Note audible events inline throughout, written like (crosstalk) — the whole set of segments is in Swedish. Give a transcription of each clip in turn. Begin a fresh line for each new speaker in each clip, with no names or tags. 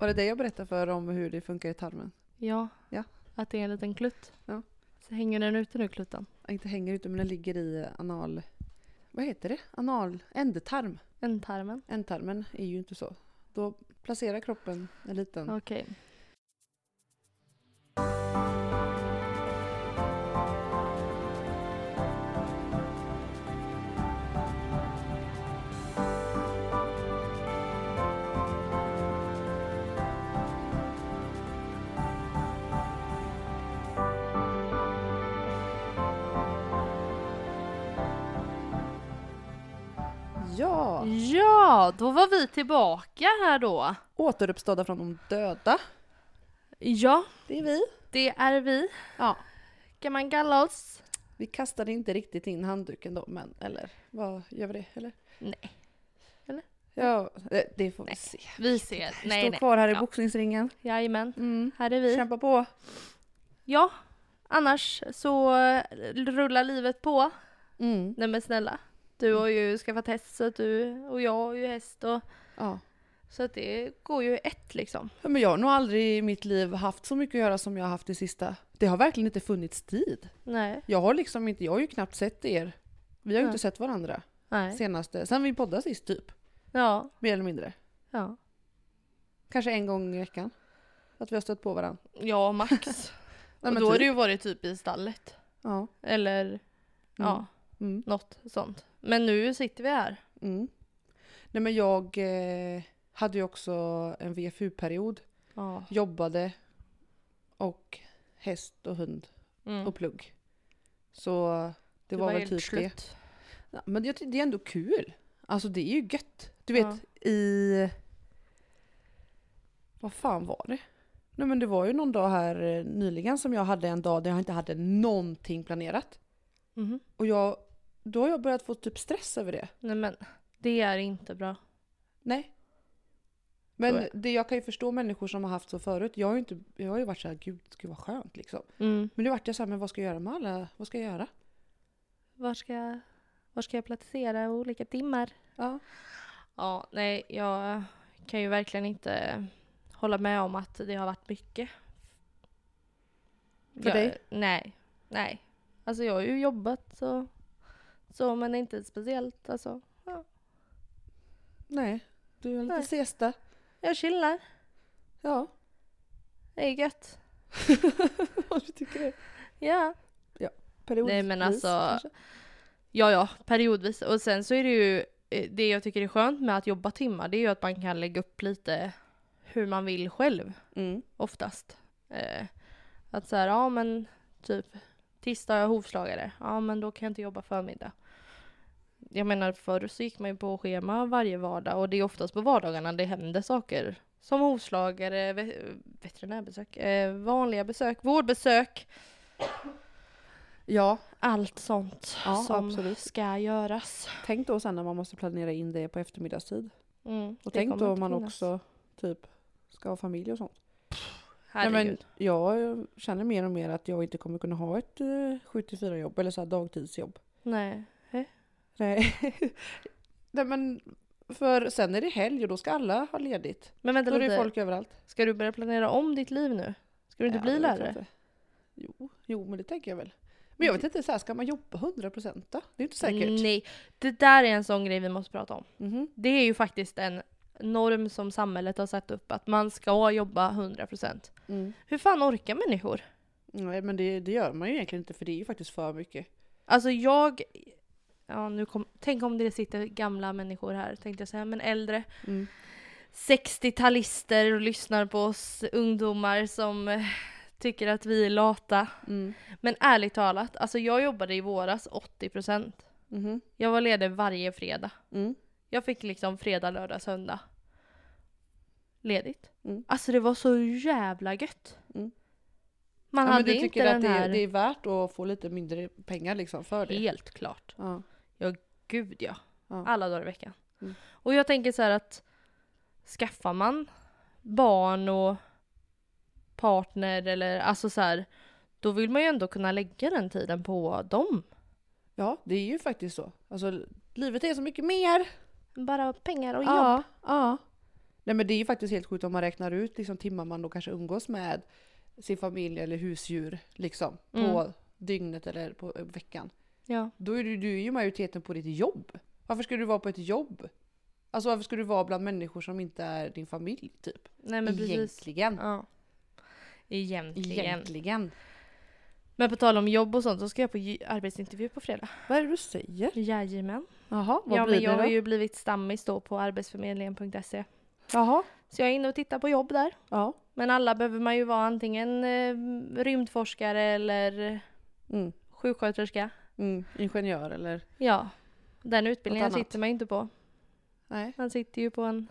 Var det det jag berättade för om hur det funkar i tarmen?
Ja.
Ja.
Att det är en liten klutt.
Ja.
Så hänger den ute nu kluttan.
Inte hänger ute men den ligger i anal... Vad heter det? Anal... Ändtarm.
Ändtarmen.
Ändtarmen är ju inte så. Då placerar kroppen en liten...
Okej.
Ja!
Ja, då var vi tillbaka här då.
Återuppstådda från de döda.
Ja,
Det är vi.
det är vi.
Ja.
Kan man kalla oss?
Vi kastade inte riktigt in handduken då men eller vad gör vi det eller?
Nej. Eller?
Ja, det, det får vi
Nej.
se.
Vi ser.
Stå
Nej, nej.
kvar här i
Ja.
boxningsringen.
Jajamän.
Mm.
Här är vi.
Kämpa på.
Ja. Annars så eh, rullar livet på.
Mm.
Nej men snälla. Du har ju skaffat häst så att du och jag har ju häst och
Ja.
så att det går ju ett liksom.
Ja, Men jag har nog aldrig i mitt liv haft så mycket att göra som jag har haft det sista. Det har verkligen inte funnits tid.
Nej.
Jag har liksom inte, jag har ju knappt sett er. Vi har ju
Nej.
inte sett varandra
Nej.
senaste, sen vi poddade sist typ.
Ja.
Mer eller mindre.
Ja.
Kanske en gång i veckan. Att vi har stött på varandra.
Ja max.
(laughs) Nej,
och
men
då har
typ.
det ju varit typ i stallet.
Ja.
Eller ja,
Mm.
något sånt. Men nu sitter vi här.
Mm. Nej men jag eh, hade ju också en VFU-period.
Ja.
Jobbade och häst och hund
Mm.
och plugg. Så det, var, väl
helt
typ det.
slut.
Ja, Men jag, ty- det är ändå kul. Alltså det är ju gött. Du vet i... Vad fan var det? Nej men det var ju någon dag här eh, nyligen som jag hade en dag där jag inte hade någonting planerat.
Mhm.
Och jag, då har jag börjat få typ stress över det.
Nej men det är inte bra.
Nej.
Så är
Men
det.
det, jag kan ju förstå människor som har haft så förut. Jag har ju, inte, jag har ju varit så här, gud det skulle vara skönt liksom.
Mm.
Men nu vart jag så här, men vad ska jag göra med alla, vad ska jag göra?
Var ska jag, var ska jag placera olika timmar?
Ja.
Ja, nej jag kan ju verkligen inte hålla med om att det har varit mycket.
För
jag,
dig?
Nej, nej. Alltså jag har ju jobbat så, så men inte speciellt alltså.
Nej, du har lite
Nej.
siesta.
Jag chillar,
Ja,
det är gött.
vad du tycker det.
Ja.
Periodvis,
Nej, men alltså-
kanske.
Ja, ja, periodvis. Och sen så är det ju, eh, det jag tycker är skönt med att jobba timmar, det är ju att man kan lägga upp lite hur man vill själv,
Mm.
oftast. Eh, att så här, ja men typ, tisdag har jag hovslagare, ja men då kan jag inte jobba förmiddag. Jag menar förr så gick man ju på schema varje vardag och det är oftast på vardagarna det händer saker. Som hovslagare, ve- veterinärbesök, eh, vanliga besök, vårdbesök,
Ja,
allt sånt
Ja,
som
absolut.
ska göras.
tänk då sen när man måste planera in det på eftermiddagstid.
Mm,
Och
det
tänk
kommer
då om
inte
man
finnas.
också typ ska ha familj och sånt. Nej,
Herregud.
men jag känner mer och mer att jag inte kommer kunna ha ett eh, 7-4 jobb eller så här dagtidsjobb.
Nej.
Nej. (laughs) Nej men för sen är det helg och då ska alla ha ledigt.
Men
Då
vänta
är det
lite.
ju folk överallt.
Ska du börja planera om ditt liv nu? Ska du inte
Ja,
bli
det vet jag
lärare?
inte. Jo, jo, men det tänker jag väl. Men jag vet inte, så här, ska man jobba 100% då? Det är inte säkert.
Mm, Nej. Det där är en sån grej vi måste prata om.
Mhm.
Det är ju faktiskt en norm som samhället har satt upp att man ska jobba 100%.
Mm.
Hur fan orkar människor?
Nej men det, det gör man ju egentligen inte för det är ju faktiskt för mycket.
Alltså jag... Ja, nu kom, tänk om det sitter gamla människor här, tänkte jag säga, men äldre.
Mm.
60-talister och lyssnar på oss ungdomar som eh, tycker att vi är lata.
Mm.
Men ärligt talat, alltså jag jobbade i våras 80%.
Mhm.
Jag var ledig varje fredag.
Mm.
Jag fick liksom fredag, lördag, söndag. Ledigt.
Mm.
Alltså det var så jävla gött.
Mm.
Man
Ja, men
hade
du
inte
tycker
den
att det
här...
är, det är värt att få lite mindre pengar liksom för det?
Helt klart.
Ja.
Gud ja.
Ja.
Alla dagar i veckan.
Mm.
Och jag tänker så här att skaffar man barn och partner eller alltså så här. Då vill man ju ändå kunna lägga den tiden på dem.
ja, det är ju faktiskt så. Alltså, livet är så mycket mer.
Bara pengar och jobb.
Ja, ja. Nej men det är ju faktiskt helt sjukt om man räknar ut liksom, timmar man då kanske umgås med sin familj eller husdjur liksom, på
Mm.
dygnet eller på eh, veckan.
Ja.
Då är du, du är ju majoriteten på ditt jobb. Varför ska du vara på ett jobb? Alltså varför ska du vara bland människor som inte är din familj typ?
Nej men precis.
Egentligen.
Ja. Egentligen.
Egentligen.
Men på tal om jobb och sånt så ska jag på ju- arbetsintervju på fredag.
Vad är det du säger?
Jajamän.
Jaha, vad
Ja
blir
men jag
det
har
då?
ju blivit stammis då på arbetsförmedlingen.se.
Jaha,
Så jag är inne och tittar på jobb där.
ja.
Men alla behöver man ju vara antingen eh, rymdforskare eller
Mm.
sjuksköterska.
Mm. Ingenjör eller?
Ja. Den utbildningen
Något annat.
sitter man ju inte på.
Nej.
Man sitter ju på en...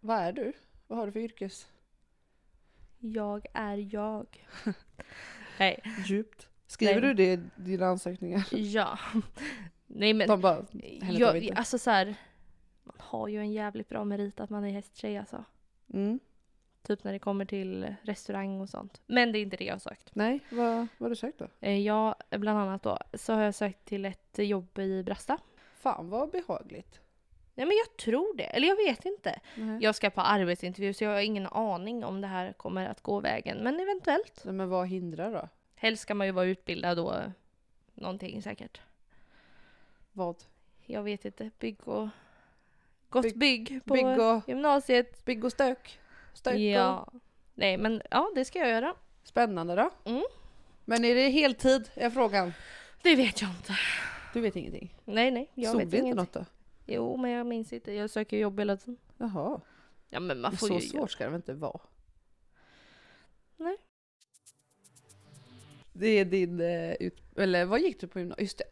Vad är du? Vad har du för yrkes?
Jag är
(laughs)
jag. Nej.
Djupt. Skriver du
Nej.
det i dina
(laughs)
ansökningar?
Ja. Nej men.
De bara, helvete
Jag,
vet inte.
alltså så här, Man har ju en jävligt bra merit att man är hästtjej alltså.
mm.
Typ när det kommer till restaurang och sånt. Men det är inte det jag har sökt.
Nej, vad, vad har du sökt då?
Eh, Jag, bland annat då, så har jag sökt till ett jobb i Brasta.
Fan vad behagligt.
Nej men jag tror det, eller jag vet inte.
Nej.
Jag ska på arbetsintervju så jag har ingen aning om det här kommer att gå vägen. Men eventuellt.
Nej, Men vad hindrar då?
Helst ska man ju vara utbildad och eh, någonting säkert.
Vad?
Jag vet inte, bygg och... Gott
Bygg-
bygg på
Bygg och,
gymnasiet.
bygg och stök. Stök och...
Ja. Nej men ja, det ska jag göra.
Spännande då.
Mm.
Men är det heltid är frågan?
Det vet jag inte.
Du vet ingenting?
Nej, nej. Jag
Såg
vet
du inte
ingenting.
något då?
Jo, men jag minns inte. Jag söker jobb hela tiden.
Jaha.
Ja, men man får
Så
ju...
svårt ska det väl inte vara?
Nej.
Det är din... eh, Ut, eller vad gick du på gymnasiet? Just det.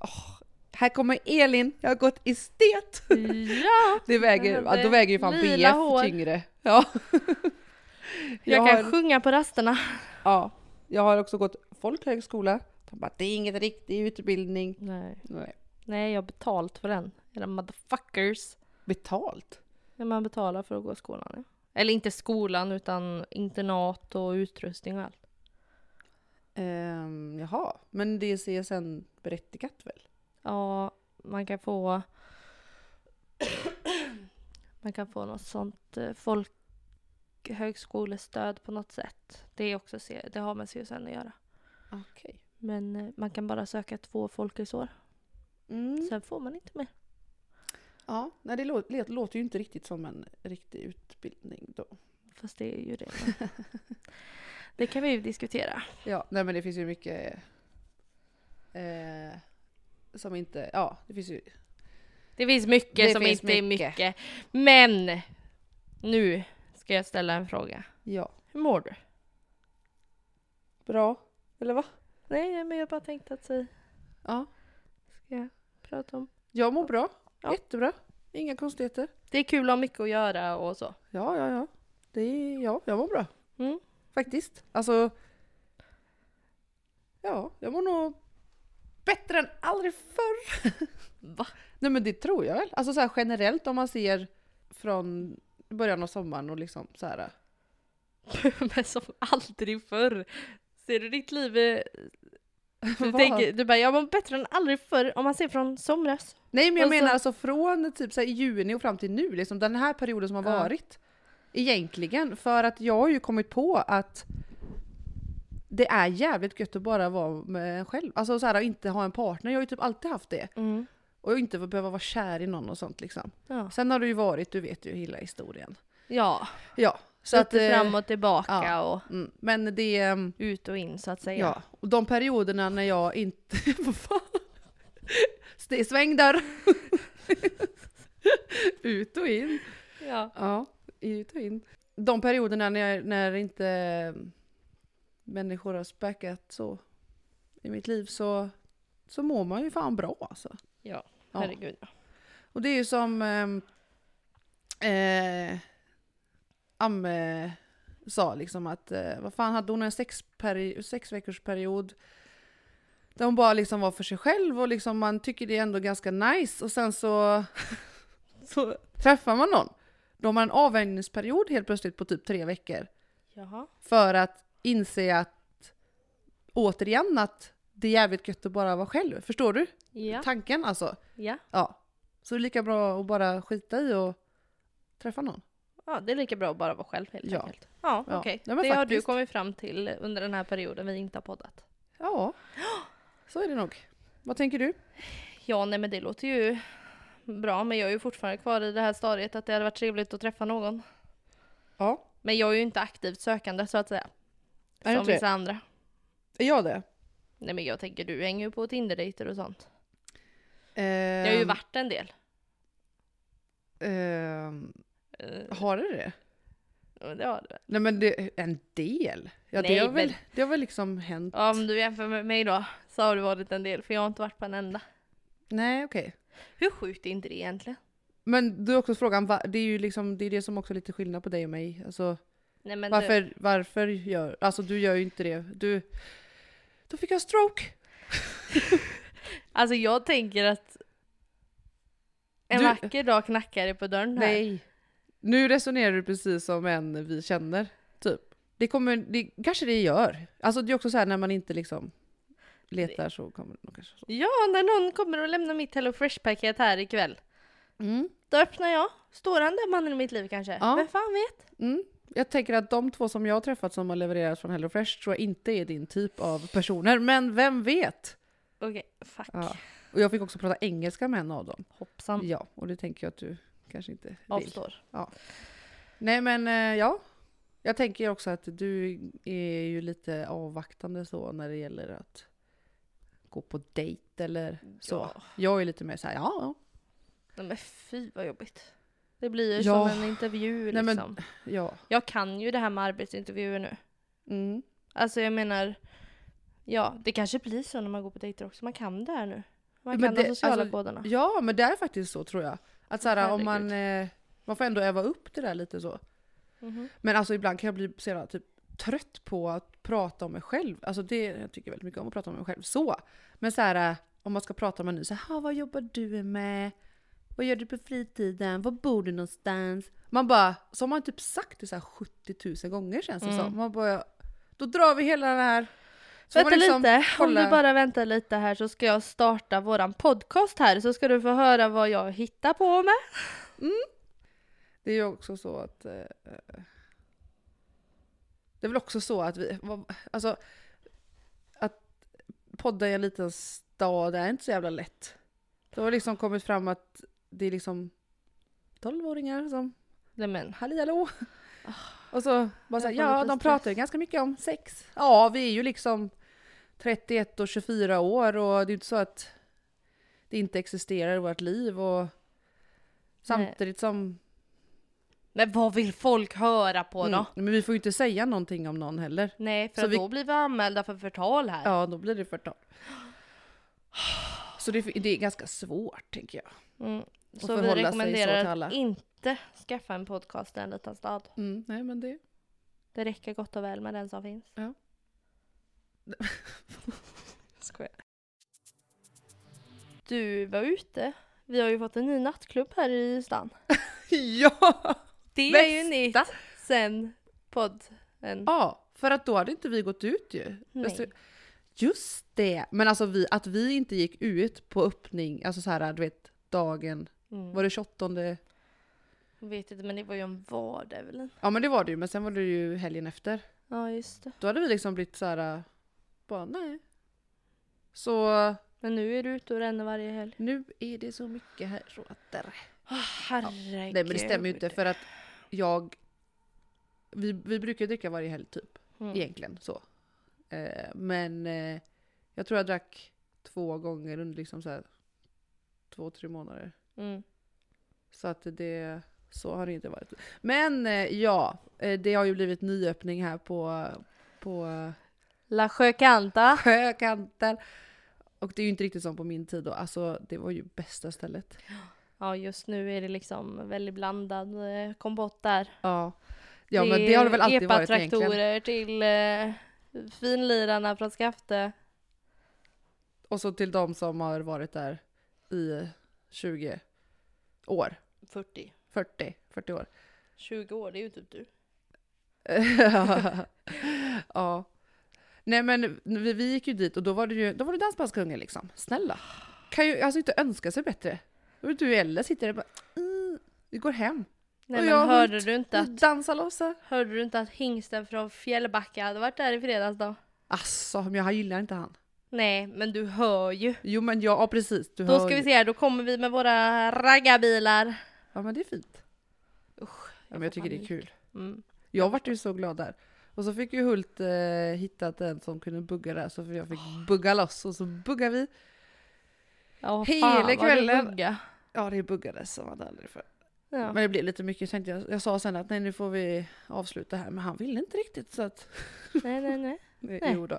Åh, här kommer Elin, jag har gått estet!
Ja!
Det väger,
Men
ja, då
det-
väger ju fan
lila
BF
hår.
tyngre. Ja.
(laughs) Jag,
har,
kan sjunga på rasterna.
ja, jag har också gått folkhögskola. De bara, det är inget riktig utbildning.
Nej.
Nej.
Nej, jag har betalt för den. Era motherfuckers.
Betalt?
När man betalar för att gå i skolan. Ja. Eller inte skolan, utan internat och utrustning och allt.
Um, jaha, men det är CSN-berättigat väl?
Ja, man kan få... (clears throat) man kan få något sånt eh, folkhögskolestöd på något sätt. Det, är också, C- det har med CSN att göra.
Okej.
Men eh, man kan bara söka två folkhögskolor.
Mm.
Sen får man inte mer.
Ja, nej, det låter, det låter ju inte riktigt som en riktig utbildning då.
Fast det är ju (laughs) det. men- det kan vi ju diskutera.
Ja, nej men det finns ju mycket eh, som inte, ja det finns ju.
Det finns mycket
Det
som
finns
inte är
mycket.
mycket. Men! Nu ska jag ställa en fråga.
Ja,
Hur mår du?
bra. Eller va?
Nej, nej, men jag bara tänkte att vi
Ja.
ska prata om...
Jag mår bra.
Ja.
Jättebra. Inga konstigheter.
Det är kul att ha mycket att göra och så.
Ja, ja, ja. Det är, ja, jag mår bra.
Mm.
Faktiskt. Alltså. Ja, jag mår nog bättre än aldrig förr.
(laughs) Va?
Nej men det tror jag väl. Alltså så här generellt om man ser från början av sommaren och liksom så här.
(laughs)
(laughs)
men som aldrig förr. Ser du ditt liv... eh, Du,
Vad?
tänker, du bara, jag mår bättre än aldrig förr om man ser från somras.
Nej men jag
Och så-
menar alltså från typ så här, i juni och fram till nu, liksom den här perioden som har
Ja.
varit. Egentligen, för att jag har ju kommit på att det är jävligt gött att bara vara med en själv. Alltså så här, att inte ha en partner, jag har ju typ alltid haft det.
Mm.
Och inte behöva vara kär i någon och sånt liksom.
Ja.
Sen har det ju varit, du vet ju hela historien.
ja.
Ja, så
Lite
att... eh,
fram och tillbaka
ja.
och
mm, Men det... ehm,
ut och in så att säga.
Ja, och de perioderna när jag inte... (laughs) Vad fan? St- Sväng där! (laughs) Ut och in.
Ja.
Ja, ut och in. De perioderna när, jag, när inte mm, människor har späckat så i mitt liv så, så mår man ju fan bra alltså.
Ja,
Ja.
herregud. Ja.
Och det är ju som ehm, eh, Amme sa liksom att eh, vad fan hade hon en sex, sex veckors period där hon bara liksom var för sig själv och liksom man tycker det är ändå ganska nice och sen så, (laughs) så träffar man någon. Då har man en avvänjningsperiod helt plötsligt på typ tre veckor
Jaha.
för att inse att återigen att det är jävligt gött att bara vara själv. Förstår du?
Ja.
Tanken alltså.
ja.
Ja. Så det är lika bra att bara skita i och träffa någon.
Ja, det är lika bra att bara vara själv helt
Ja.
enkelt. Ja,
Ja.
okej.
Ja, men
Det har du
faktiskt.
kommit fram till under den här perioden vi inte har poddat.
Ja, så är det nog. Vad tänker du?
Ja, nej men det låter ju bra, men jag är ju fortfarande kvar i det här stadiet att det hade varit trevligt att träffa någon.
Ja,
Men jag är ju inte aktivt sökande så att säga.
Är du
som
inte
vissa andra.
är jag det?
Nej men jag tänker, du hänger ju på Tinder-dejter och sånt.
Ehm,
Det har ju varit en del.
ehm,
Eh,
har du det?
ja, men Det har du väl?
Nej men det, en del? Ja, det,
Nej,
har väl,
men-
det har väl liksom hänt?
Ja, Om du jämför med mig då, så har det varit en del, för jag har inte varit på en enda.
Nej okej.
Hur sjukt är inte det egentligen?
Men du är också frågan, va- det är ju liksom, det, är det som också är lite skillnad på dig och mig. Alltså,
Nej, men eh- Du,
varför, varför gör, alltså du gör ju inte det. Du, då fick jag stroke!
alltså jag tänker att en
Du-
vacker dag knackar det på dörren här.
Nej. Nu resonerar du precis som en vi känner, typ. Det kommer, det, kanske det gör. Alltså det är också så här när man inte liksom letar så kommer det nog kanske så.
Ja, när någon kommer och lämnar mitt Hello Fresh-paket här ikväll.
Mm.
Då öppnar jag. Står han där mannen i mitt liv kanske?
Ja.
Vem fan vet?
Mm. Jag tänker att de två som jag har träffat som har levererat från HelloFresh tror jag inte är din typ av personer, men vem vet?
Okej, fuck.
Ja. Och jag fick också prata engelska med en av dem.
Hoppsan.
Ja, och det tänker jag att du kanske inte vill.
Avstår.
Nej men eh, ja. Jag tänker också att du är ju lite avvaktande så när det gäller att gå på dejt eller så.
Ja.
Jag är lite mer såhär, ja ja.
Nej, men fy vad jobbigt. Det blir ju
Ja.
som en intervju
Nej,
liksom.
men- ja.
Jag kan ju det här med arbetsintervjuer nu.
Mm.
Alltså jag menar, ja det kanske blir så när man går på dejter också. Man kan det här nu. Man
Men
kan
det-
de sociala
alltså,
koderna.
Ja men det är faktiskt så tror jag. Att såhär om man, eh, man får ändå öva upp det där lite så.
Mhm.
Men alltså ibland kan jag bli så jävla typ trött på att prata om mig själv. Alltså det, jag tycker väldigt mycket om att prata om mig själv så. Men så här, eh, om man ska prata om en ny, så här, "Ha, vad jobbar du med? Vad gör du på fritiden? Var bor du någonstans? Man bara, så har man typ sagt det så här 70 000 gånger känns det
Mm.
som. Man bara, då drar vi hela den här... Så får
Vänta
man liksom
lite,
kolla-
om du bara väntar lite här så ska jag starta våran podcast här så ska du få höra vad jag hittar på med.
Det är ju också så att... Eh, det är väl också så att vi... vad- Alltså, att podda i en liten stad är inte så jävla lätt. Det har liksom kommit fram att det är liksom 12-åringar som
Nej men,
halli hallå. Och så bara såhär,
Ah, Jag får
ja
lite
de
stress.
pratar ju ganska mycket om sex. Ja, vi är ju liksom 31 och 24 år och det är ju inte så att det inte existerar i vårt liv och samtidigt som
men vad vill folk höra på då?
Mm, Men vi får ju inte säga någonting om någon heller.
Nej, för
Så
att
vi-
då blir vi anmälda för förtal här.
Ja, då blir det förtal. Så det, det är ganska svårt, tänker jag.
Mm. Så
förhålla
vi
sig så
rekommenderar
till alla.
att inte skaffa en podcast i en liten stad.
Mm, nej, men det...
Det räcker gott och väl med den som finns. (laughs)
Ja.
Skojar. Du var ute. Vi har ju fått en ny nattklubb här i stan.
(laughs) ja!
Det
Bästa!
är ju nytt sen podden.
Ja, för att då hade inte vi gått ut ju. Alltså,
Nej.
Just det! Men alltså vi, att vi inte gick ut på öppning, alltså så här, du vet, dagen...
Mm.
Var det 28?
Jag vet inte, men det var ju en vardag Evelyn.
Ja, men det var det ju. Men sen var det ju helgen efter.
Ja, just det.
Då hade vi liksom blivit så här... Bara, nej. Så
Men nu är du ute och ränner varje helg.
nu är det så mycket här så att där.
Oh, herregud.
Nej men det stämmer ju inte för att jag... Vi, vi brukar ju dricka varje helg typ.
Mm.
Egentligen så. Eh, men eh, jag tror jag drack två gånger under liksom så här, två, tre månader.
Mm.
Så att det... Så har det inte varit. Men eh, ja, eh, det har ju blivit nyöppning här på, på
La Sjökanta.
sjökanten. Och det är ju inte riktigt som på min tid då. Alltså det var ju bästa stället.
Ja, just nu är det liksom väldigt blandad eh, kompott där.
Ja, ja men det har det väl alltid varit egentligen.
Epa-traktorer till eh, finlirarna från Skafte.
Och så till de som har varit där i 20 år.
40.
40, 40 år. (laughs)
20 år, det är ju typ du.
ja. Nej men vi, vi gick ju dit och då var det ju då var det dansbandskungen liksom. Snälla. Kan ju alltså inte önska sig bättre. Och du eller sitter där och bara mm, vi går hem. Mm,
Nej
Och
men
jag har
hörde
hållit-
du, inte att,
Dansa lossa.
hörde du inte att hingsten från Fjällbacka hade varit där i fredags då?
Alltså, men jag gillar inte han.
Nej, men du hör ju.
Jo men ja, ja, precis. Du
Då
hör
ska vi
ju.
se här, då kommer vi med våra raggarbilar.
Ja men det är fint. Ja, men jag tycker det är kul.
Mm.
Jag vart ju så glad där. Och så fick ju Hult eh, hittat en som kunde bugga där så jag
(gasps)
fick bugga loss och så buggar vi.
Ja,
Hela
fan, vad du
kvällen.
bugga.
Ja det buggades som man aldrig för.
Ja.
Men det blev lite mycket tänkte jag. Jag sa sen att nej nu får vi avsluta här men han ville inte riktigt så att.
Nej, nej, nej.
Nej.
Nej.
Jo då.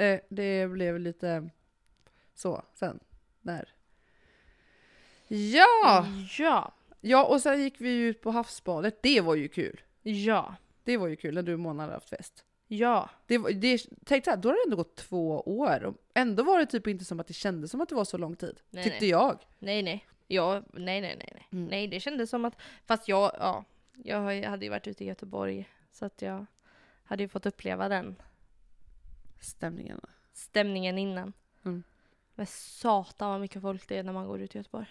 Eh, det blev lite så sen. När.
Mm.
Ja!
Ja.
Ja och sen gick vi ju ut på havsbadet. Det var ju kul.
Ja.
Det var ju kul när du och Mona hade haft fest.
Ja.
Det var, det, tänk så här, då har det ändå gått två år. och Ändå var det typ inte som att det kändes som att det var så lång tid.
Nej,
tyckte
nej.
jag.
Nej, nej. Ja, nej, nej, nej. Nej.
Mm.
nej, det kändes som att... Fast jag, ja. Jag har ju- hade ju varit ute i Göteborg. Så att jag hade ju fått uppleva den
Stämningen.
stämningen innan.
Mm.
Men satan vad mycket folk det är när man går ut i Göteborg.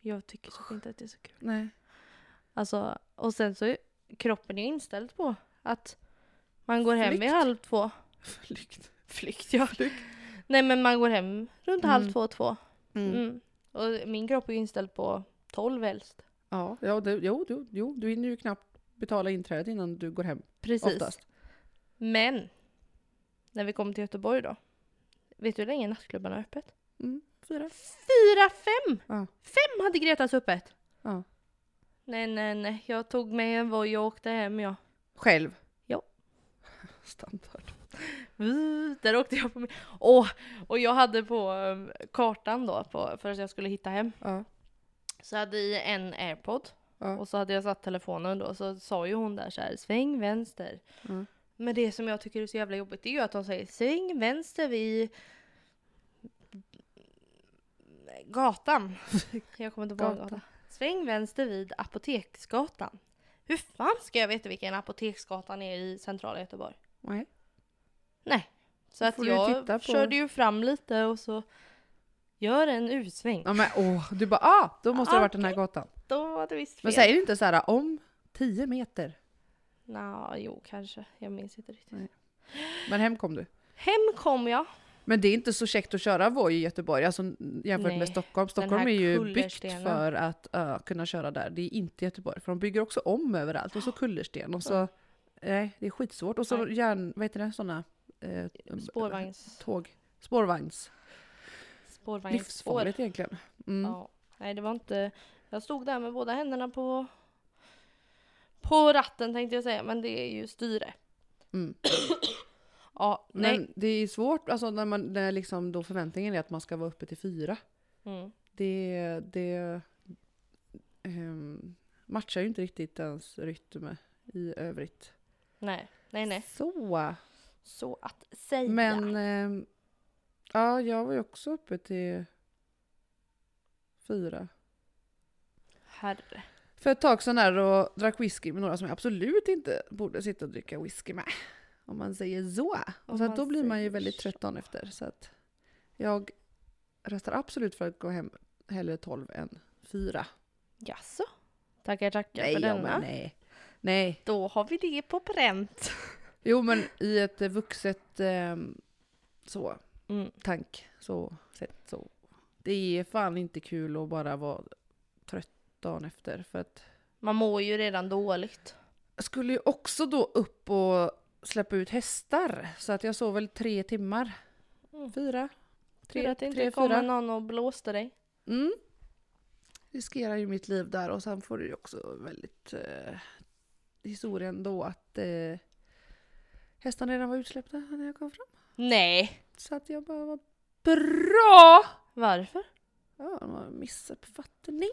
Jag tycker typ inte att det är så kul.
Nej. (laughs)
Alltså, och sen så är kroppen är ju inställd på att man går hem vid
Flykt.
halv två.
Flykt.
Flykt ja. Nej men man går hem runt halv
Mm.
två, två.
Mm.
Mm. Och min kropp är ju inställd på tolv helst.
Ja, ja det, jo, jo, jo, du hinner ju knappt betala inträdet innan du går hem.
Precis.
Oftast.
Men när vi kom till Göteborg då. Vet du hur länge nattklubbarna är öppet?
Mm. Fyra.
Fyra, fem!
Ja.
Fem hade Gretas öppet!
Ja.
Nej, nej, nej. Jag tog mig en Voi och åkte hem jag.
Själv?
Ja.
(laughs) Standard.
Uh, Där åkte jag på min... Åh! och jag hade på um, kartan då, på, för att jag skulle hitta hem.
Ja.
Så jag hade i en airpod.
Ja.
Och så hade jag satt telefonen då, så sa ju hon där så här, sväng vänster.
Mm.
Men det som jag tycker är så jävla jobbigt, det är ju att de säger sväng vänster vid gatan. (laughs) Jag kommer inte ihåg
Gatan.
gatan. Sväng vänster vid Apoteksgatan. Hur fan ska jag veta vilken Apoteksgatan är i centrala Göteborg?
Nej.
Nej. Så
Då
att
får du ju
jag
titta på-
körde ju fram lite och så gör en U-sväng.
Ja, men åh, du bara ah, då måste det ha varit den här gatan.
Då var det visst fel.
Men säger du inte så här om 10 meter?
Nå, jo kanske. Jag minns inte riktigt.
Nej. Men hem kom du.
Hem kom jag.
Men det är inte så käckt att köra Voi i Göteborg alltså, jämfört
Nej,
med Stockholm. Stockholm
här
är ju byggt
kullerstenen.
för att ö, kunna köra där. Det är inte Göteborg, för de bygger också om överallt. Och så kullersten och så... Nej, det är skitsvårt. Och så
Nej.
järn... Vad heter det? Sådana... Eh,
Spårvagns...
Tåg. Spårvagns.
Spårvagnsspår.
Livsfarligt egentligen. Mm.
Ja. Nej, det var inte... Jag stod där med båda händerna på... På ratten tänkte jag säga, men det är ju styre.
Mm.
(coughs) Ja, nej.
Men det är svårt, alltså när, man, när liksom då förväntningen är att man ska vara uppe till fyra.
Mm.
Det, det ehm, matchar ju inte riktigt ens rytm i övrigt.
nej. Nej, nej.
Så.
Så att säga.
Men ehm, ja, jag var ju också uppe till fyra.
Herre.
För ett tag sedan där och drack whisky med några som jag absolut inte borde sitta och dricka whisky med. Om man säger så.
Om
Och så att
man
då blir man ju
säger
väldigt
så.
trött dagen efter. Så att jag röstar absolut för att gå hem hellre 12 än 4.
Jaså? Tackar, tackar
nej,
för
ja,
denna.
men nej. Nej.
Då har vi det på pränt.
Jo men i ett eh, vuxet ehm, så,
Mm.
tank så, sätt så. Det är fan inte kul att bara vara trött dagen efter. För att
Man mår ju redan dåligt.
Jag skulle ju också då upp och släppa ut hästar. Så att jag sov väl tre timmar.
Mm.
Fyra.
Tur
Tre,
att det
tre,
inte
fyra.
kommer någon och blåste dig.
Mm. Riskerar ju mitt liv där och sen får du ju också väldigt eh, historien då att eh, hästarna redan var utsläppta när jag kom fram.
Nej.
Så att jag bara var bra!
Varför?
Ja, det var en missuppfattning.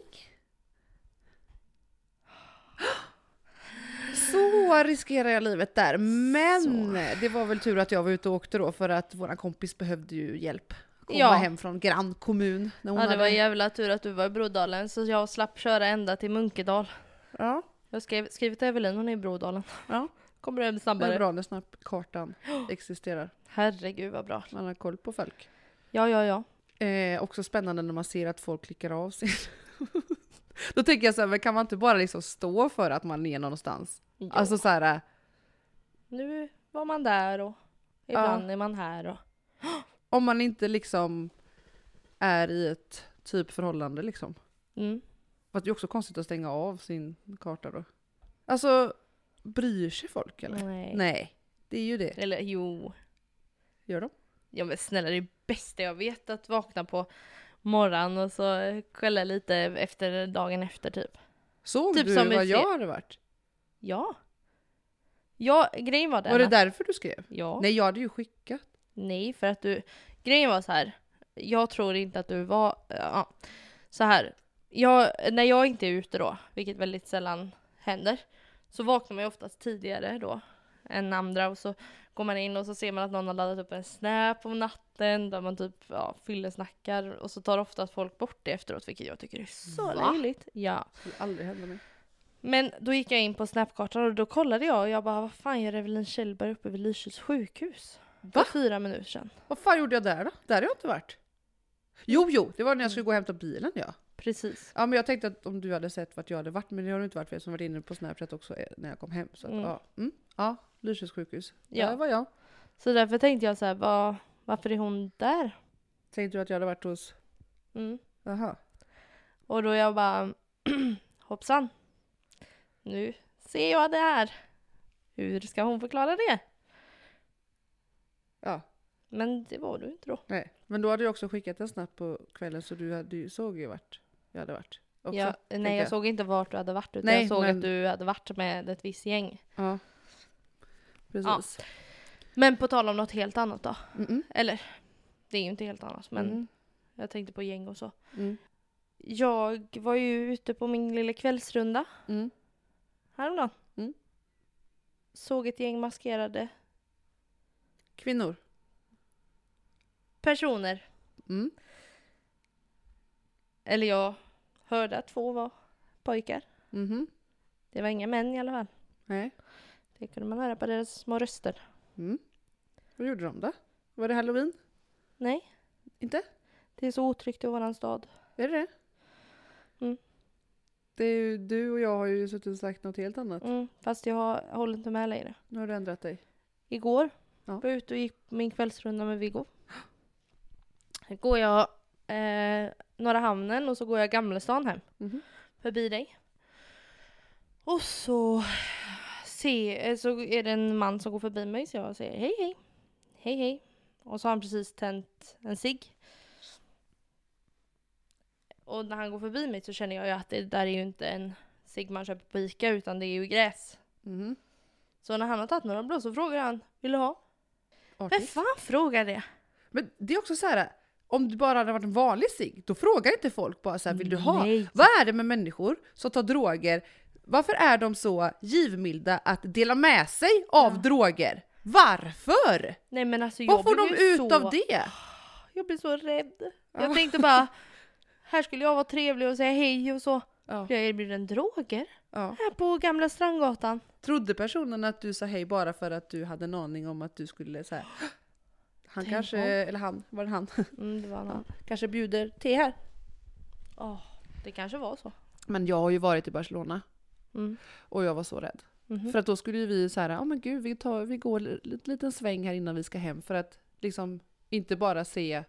Så riskerar jag livet där. Men det var väl tur att jag var ute och åkte då för att vår kompis behövde ju hjälp. Komma
Ja.
hem från grannkommun. När hon
Ja, det var
hade...
jävla tur att du var i Brodalen så jag slapp köra ända till Munkedal.
Ja,
Jag skrev, skrev till Evelin, hon är i Brodalen.
ja.
Kommer hem
Det är
snabbare.
bra när snabbt
(gasps)
kartan existerar.
Herregud vad bra.
Man har koll på folk.
Ja, ja, ja.
Eh, också spännande när man ser att folk klickar av sig. (laughs) Då tänker jag så här, men kan man inte bara liksom stå för att man är någonstans?
Jo,
Alltså så här,
nu var man där och ibland är man här och...
om man inte liksom är i ett typ förhållande liksom.
Mm.
Fast det är också konstigt att stänga av sin karta då. Alltså, bryr sig folk eller?
Nej.
Nej, det är ju det.
Eller jo.
Gör de?
Ja men snälla det är det bästa jag vet att vakna på morgonen och så eh, skälla lite efter dagen efter typ.
Såg
Typ
du
som i
vad jag
fre-
hade varit?
Ja. Ja, grejen var den
Var det
att-
därför du skrev?
Ja.
Nej, jag hade ju skickat.
Nej, för att du... Grejen var så här. Jag tror inte att du var... Ja, så här. Jag, när jag inte är ute då, vilket väldigt sällan händer, så vaknar man ju oftast tidigare då än andra och så går man in och så ser man att någon har laddat upp en snap om natten där man typ ja, fyllesnackar och så tar oftast folk bort det efteråt vilket jag tycker är så
Va?
löjligt. Ja.
Det skulle aldrig hända mig.
Men då gick jag in på snapkartan och då kollade jag och jag bara vad fan gör Evelyn Kjellberg uppe vid Lysekils sjukhus?
Va?
För fyra minuter sedan.
Vad fan gjorde jag där då? Där har jag inte varit. Jo, jo, det var när jag skulle gå och hämta bilen ja.
Precis.
Ja men jag tänkte att om du hade sett vart jag hade varit, men det har du inte varit för jag som varit inne på Snapchat också eh, när jag kom hem. Så att,
Mm.
ja, mm, ja, Lysekils sjukhus.
Ja.
Där var jag.
Så därför tänkte jag så här, va- varför är hon där?
Tänkte du att jag hade varit hos...
Mm.
Jaha.
Och då jag bara, (clears throat) hoppsan. Nu ser jag det här. Hur ska hon förklara det?
Ja,
Men det var du inte då.
nej. Men då hade jag också skickat en snabbt på kvällen så du, hade, ju- såg ju vart jag hade varit. Också.
Jag, nej, jag
jag.
såg inte vart du hade varit utan
Nej,
jag såg
men-
att du hade varit med ett visst gäng.
Ja. Precis.
Men på tal om något helt annat då.
Mm-mm.
Eller, det är ju inte helt annat men
Mm.
jag tänkte på gäng och så.
Mm.
Jag var ju ute på min lilla kvällsrunda
Mm.
häromdagen.
Mm.
Såg ett gäng maskerade
Kvinnor.
personer.
Mm.
Eller jag hörde att två var pojkar.
Mhm.
Det var inga män i alla fall.
Nej.
Det kunde man höra på deras små röster.
Mm. Vad gjorde de då? Var det halloween?
Nej,
Inte?
det är så otryggt i våran stad.
Är det det?
Mm.
det är ju, du och jag har ju suttit och sagt något helt annat.
Mm, fast jag har- jag håller inte med längre.
Nu har du ändrat dig.
Igår
Ja.
var jag ute och gick min kvällsrunda med Viggo. Går jag eh, Norra Hamnen och så går jag Gamlestan hem.
Mhm.
Förbi dig. Och så, se, eh, så är det en man som går förbi mig så jag säger hej hej. Hej hej. Och så har han precis tänt en cigg. Och när han går förbi mig så känner jag ju att det där är ju inte en cigg man köper på Ica utan det är ju gräs.
Mhm.
Så när han har tagit några blå så frågar han, vill du ha? Vem
Artigt.
fan frågar det?
Men det är också så här, om det bara hade varit en vanlig cigg, då frågar inte folk bara så här, vill du ha?
Nej.
Vad är det med människor som tar droger? Varför är de så givmilda att dela med sig av droger? Varför?
Nej men alltså jag
Vad får
blev
de
ju
ut
så,
av det?
Jag blev så rädd.
Ja.
Jag tänkte bara, (laughs) här skulle jag vara trevlig och säga hej och så.
Ja.
Blir jag erbjuden droger?
Ja.
Här på Gamla Strandgatan.
Trodde personen att du sa hej bara för att du hade en aning om att du skulle så här, han
Tänk
kanske,
om.
eller han, var det han?
Mm, det var någon.
kanske bjuder te här.
Åh, det kanske var så.
Men jag har ju varit i Barcelona
Mm.
och jag var så rädd.
Mhm.
För att då skulle ju vi så här, ja men gud vi, tar, vi går en liten sväng här innan vi ska hem för att liksom inte bara se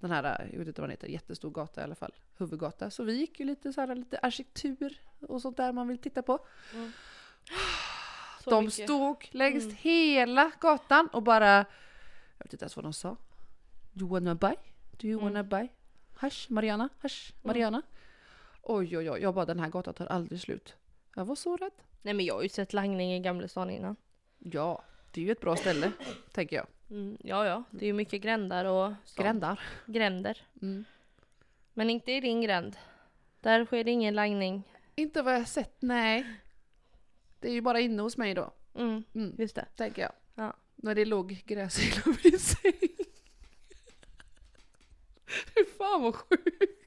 den här, jag vet inte vad den heter, jättestor gata i alla fall, huvudgata. Så vi gick ju lite så här, lite arkitektur och sånt där man vill titta på.
Så
de
mycket. Mm.
stod längs hela gatan och bara, jag vet inte ens vad de sa. You wanna buy? Do you
Mm.
wanna buy? Hash Mariana, hash Mariana. Oj oj oj, jag bara den här gatan tar aldrig slut. Jag var så rädd.
Nej men jag har ju sett langning i Gamla stan innan.
Ja, det är ju ett bra ställe, tänker jag.
Mm, ja ja, det är ju mycket grändar och sånt.
Grändar.
gränder.
Mm.
Men inte i din gränd. Där sker det ingen langning.
Inte vad jag sett, nej. Det är ju bara inne hos mig då,
Mm,
Mm.
just det.
tänker jag.
Ja.
När det låg gräs hela min säng. Fy fan vad sjukt.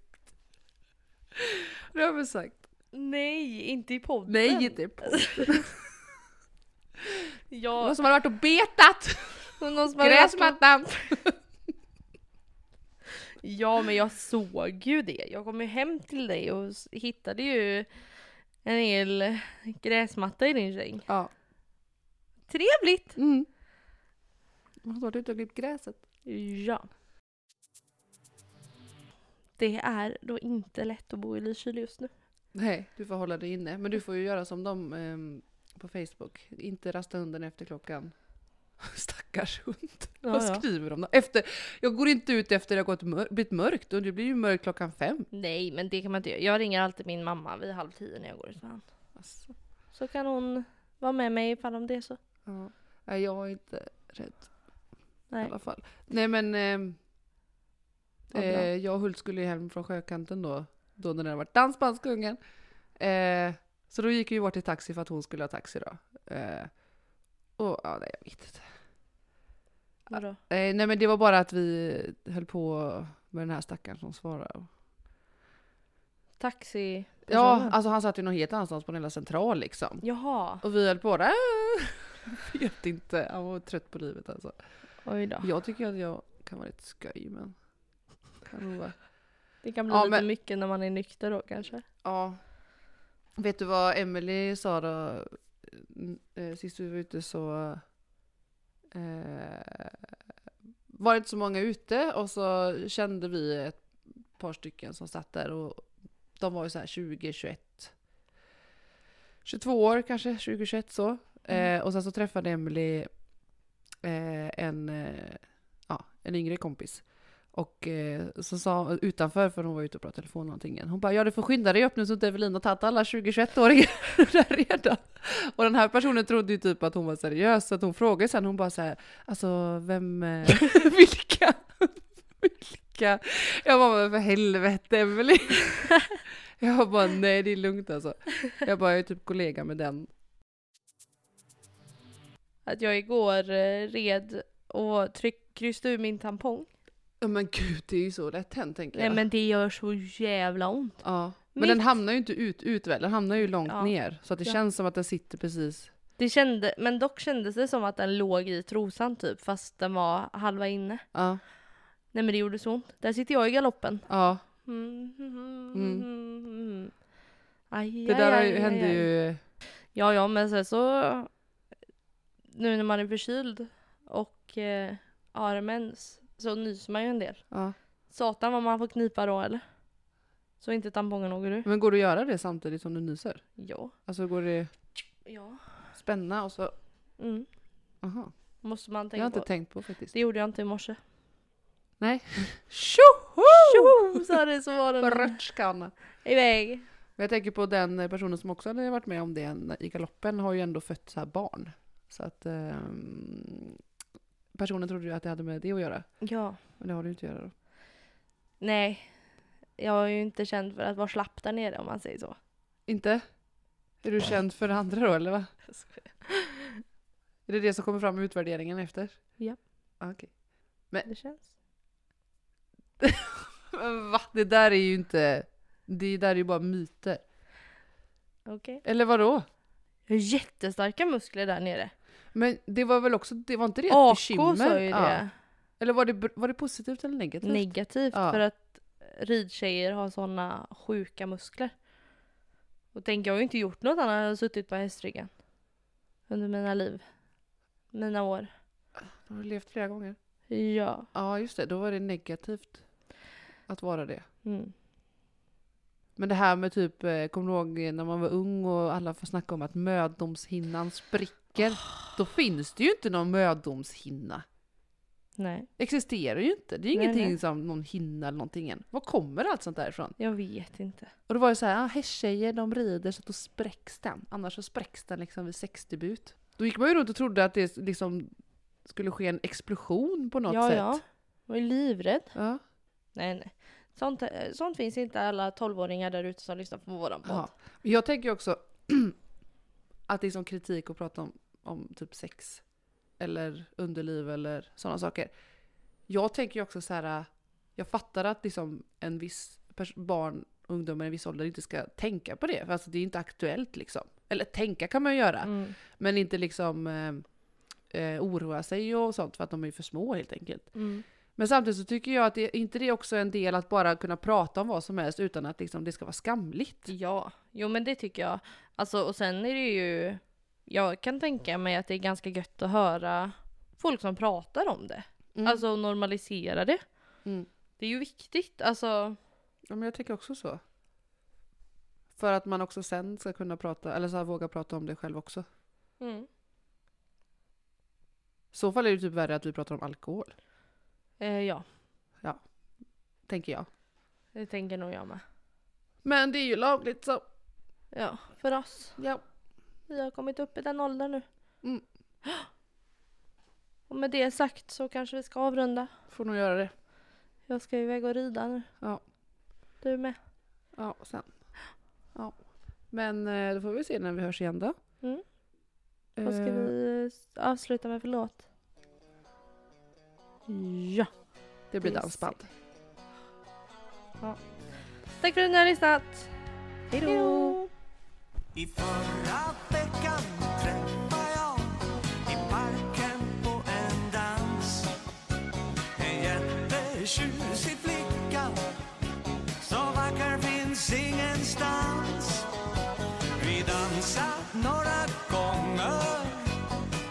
Det har jag väl sagt.
Nej, inte i podden.
Nej, inte på. Det var
Jag,
som hade varit och betat
någon som hade varit på,
gräsmattan.
Ja men jag såg ju det. Jag kom ju hem till dig och s- hittade ju en hel gräsmatta i din säng.
Ja.
Trevligt!
Mm. Man har varit ute och klippt gräset.
Ja. Det är då inte lätt att bo i Lysekil just nu.
Nej, du får hålla dig inne. Men du får ju göra som de ehm, på Facebook. Inte rasta hunden efter klockan. (laughs) Stackars hund. Vad skriver de då? Efter, jag går inte ut efter det har gått mör- blivit mörkt och det blir ju mörkt klockan fem.
Nej men det kan man inte göra. Jag ringer alltid min mamma vid halv tio när jag går ut med han.
Alltså,
Så kan hon vara med mig ifall om det är så.
ja. Nej, jag är inte rädd i
Nej.
alla fall. Nej men ehm,
vad bra.
Eh, jag och Hult skulle ju hem från sjökanten då, då när det hade varit Dansbandskungen. Eh, så då gick vi bort till taxi för att hon skulle ha taxi då. Eh, och, ja, nej, jag vet inte.
Vadå?
Eh, nej men det var bara att vi höll på med den här stackaren som svarade.
Taxi?
Ja, alltså han satt ju någon helt annanstans på en hela central
Mm.
liksom.
Jaha.
Och vi höll på där. (laughs) Jag vet inte, han var trött på livet alltså.
Oj då.
Jag tycker att jag kan vara lite sköj men... Kan nog vara-
Det kan bli
Ja,
lite
men-
mycket när man är nykter då kanske.
Ja. Vet du vad Emily sa då? eh, Sist vi var ute så eh, var det inte så många ute och så kände vi ett par stycken som satt där och de var ju så här 20, 21, 22 år kanske, 20, 21 så.
Mm.
Eh, och sen så träffade Emily eh, en, eh, ja, en yngre kompis. Och eh, så sa utanför, för hon var ute och pratade telefon någonting. Hon bara, ja du får skynda dig upp nu så inte Evelina har tagit alla 20-21-åringar (laughs) där redan. Och den här personen trodde ju typ att hon var seriös, så att hon frågade sen, hon bara så här, alltså vem, eh, (laughs) vilka, vilka? Jag bara, men för helvete Emelie. (laughs) Jag bara, nej det är lugnt alltså. Jag bara, jag är typ kollega med den.
Att jag igår eh, red och tryck, kryssade ur min tampong.
Ja men gud, det är ju så lätt hänt tänker jag.
Nej men det gör så jävla ont.
Ja. Men
Mitt-
den hamnar ju inte ut, ut väl? Den hamnar ju långt
Ja.
ner. Så att det
Ja.
känns som att den sitter precis.
Det kände, men dock kändes det som att den låg i trosan typ fast den var halva inne.
Ja.
Nej men det gjorde så ont. Där sitter jag i galoppen.
ja.
Mm, mm,
Mm.
mm, mm. Aj,
Det
aj,
där har
aj,
ju,
aj,
hände
aj.
ju...
Ja ja men sen så nu när man är förkyld och eh, har mens så nyser man ju en del.
Ja.
Satan vad man får knipa då eller? Så inte tampongen åker ur.
Men går det att göra det samtidigt som du nyser?
Ja.
Alltså går det
Ja.
spänna och så...
Mm.
Aha.
Måste man
Jag har
tänka
inte
på.
tänkt på faktiskt.
Det gjorde jag inte
(laughs)
i morse.
Nej.
Tjoho! Sa det (laughs) så var den
Brötskan.
iväg.
Men jag tänker på den personen som också hade varit med om det i galoppen har ju ändå fött så här barn. Så att ehm, personen trodde ju att det hade med det att göra.
Ja.
Men det har det ju inte att göra då.
Nej. Jag är ju inte känd för att vara slapp där nere om man säger så.
Inte? Är du känd för det andra då eller va?
Jag skojar.
Är det det som kommer fram i utvärderingen efter?
Ja.
Ah, Okej.
Det känns.
Men Va? Det där är ju inte... Det där är ju bara myter.
Okej.
Eller vadå?
Jag har jättestarka muskler där nere.
Men det var väl också, det var inte det ett
AK
bekymmer?
sa ju
Ja.
det.
Eller var det, br- var det positivt eller negativt?
Negativt
Ja.
för att ridtjejer har såna sjuka muskler. Och tänk jag har ju inte gjort något annat än suttit på hästryggen. Under mina liv. Mina år.
Har du levt flera gånger?
Ja.
Ja, just det. Då var det negativt att vara det.
Mm.
Men det här med typ, eh, kommer du ihåg när man var ung och alla får snacka om att mödomshinnan spricker?
Ah.
Då finns det ju inte någon mödomshinna.
Nej.
Existerar ju inte. Det är ju
Nej,
ingenting
nej.
som någon hinna eller någonting än. Var kommer allt sånt där ifrån?
Jag vet inte.
Och då var det så här, ah, hästtjejer de rider så att då spräcks den. Annars så spräcks den liksom vid 60 but. Då gick man ju runt och trodde att det liksom skulle ske en explosion på något
ja,
sätt.
ja. Jag är livrädd.
ja.
Nej, nej. Sånt, eh, sånt finns inte alla tolvåringar där ute som lyssnar på våran podd.
Ja. Jag tänker också (clears throat) att det är som kritik att prata om, om typ sex eller underliv eller sådana saker. Jag tänker ju också så här, ah, jag fattar att liksom en viss pers- barn, ungdomar i en viss ålder inte ska tänka på det, för alltså det är inte aktuellt liksom. Eller tänka kan man ju göra,
Mm.
men inte liksom eh, eh, oroa sig och sånt för att de är ju för små helt enkelt.
Mm.
Men samtidigt så tycker jag att det, inte det är också en del att bara kunna prata om vad som helst utan att liksom det ska vara skamligt.
Ja, jo men det tycker jag. Alltså och sen är det ju, jag kan tänka mig att det är ganska gött att höra folk som pratar om det.
Mm.
Alltså och normalisera det.
Mm.
Det är ju viktigt, alltså.
Ja, men jag tycker också så. För att man också sen ska kunna prata, eller så här, våga prata om det själv också.
Mm.
I så fall är det typ värre att vi pratar om alkohol,
Eh, ja,
tänker jag.
det tänker nog jag med.
Men det är ju lagligt så,
Ja, för oss.
ja.
Vi har kommit upp i den åldern nu.
Mm.
(gasps) Och med det sagt så kanske vi ska avrunda.
Får nog göra det.
Jag ska iväg och rida nu.
Ja.
Du med.
Ja, sen. Ja. Men eh, då får vi se när vi hörs igen då.
Mm. Vad ska
Eh,
vi eh, avsluta med för låt? Ja.
Det blir
vi se.
dansband.
Tack för att ni har lyssnat. Hej då.
I förra veckan träffade jag i parken på en dans en jättetjusig flicka så vacker finns ingenstans. Vi dansade några gånger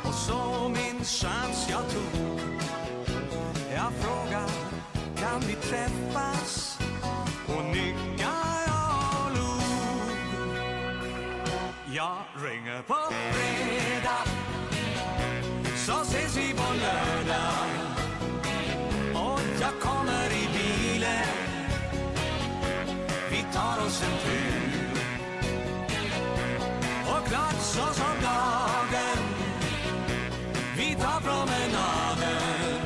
och så min chans jag tog. Jag frågade, kan vi träffas? Och nickade jag och log. Jag ringer på fredag Så ses vi på lördag Och jag kommer i bilen Vi tar oss en tur Och klart så som dagen Vi tar promenaden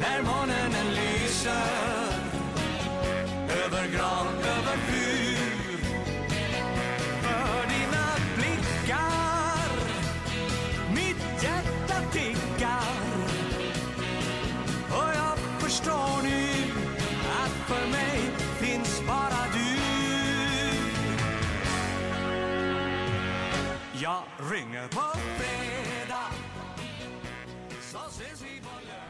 När månen lyser Över gran, över fyr för dina blickar Mitt hjärta tickar Och jag förstår nu att för mig finns bara du Jag ringer på fredag Så ses vi på lördag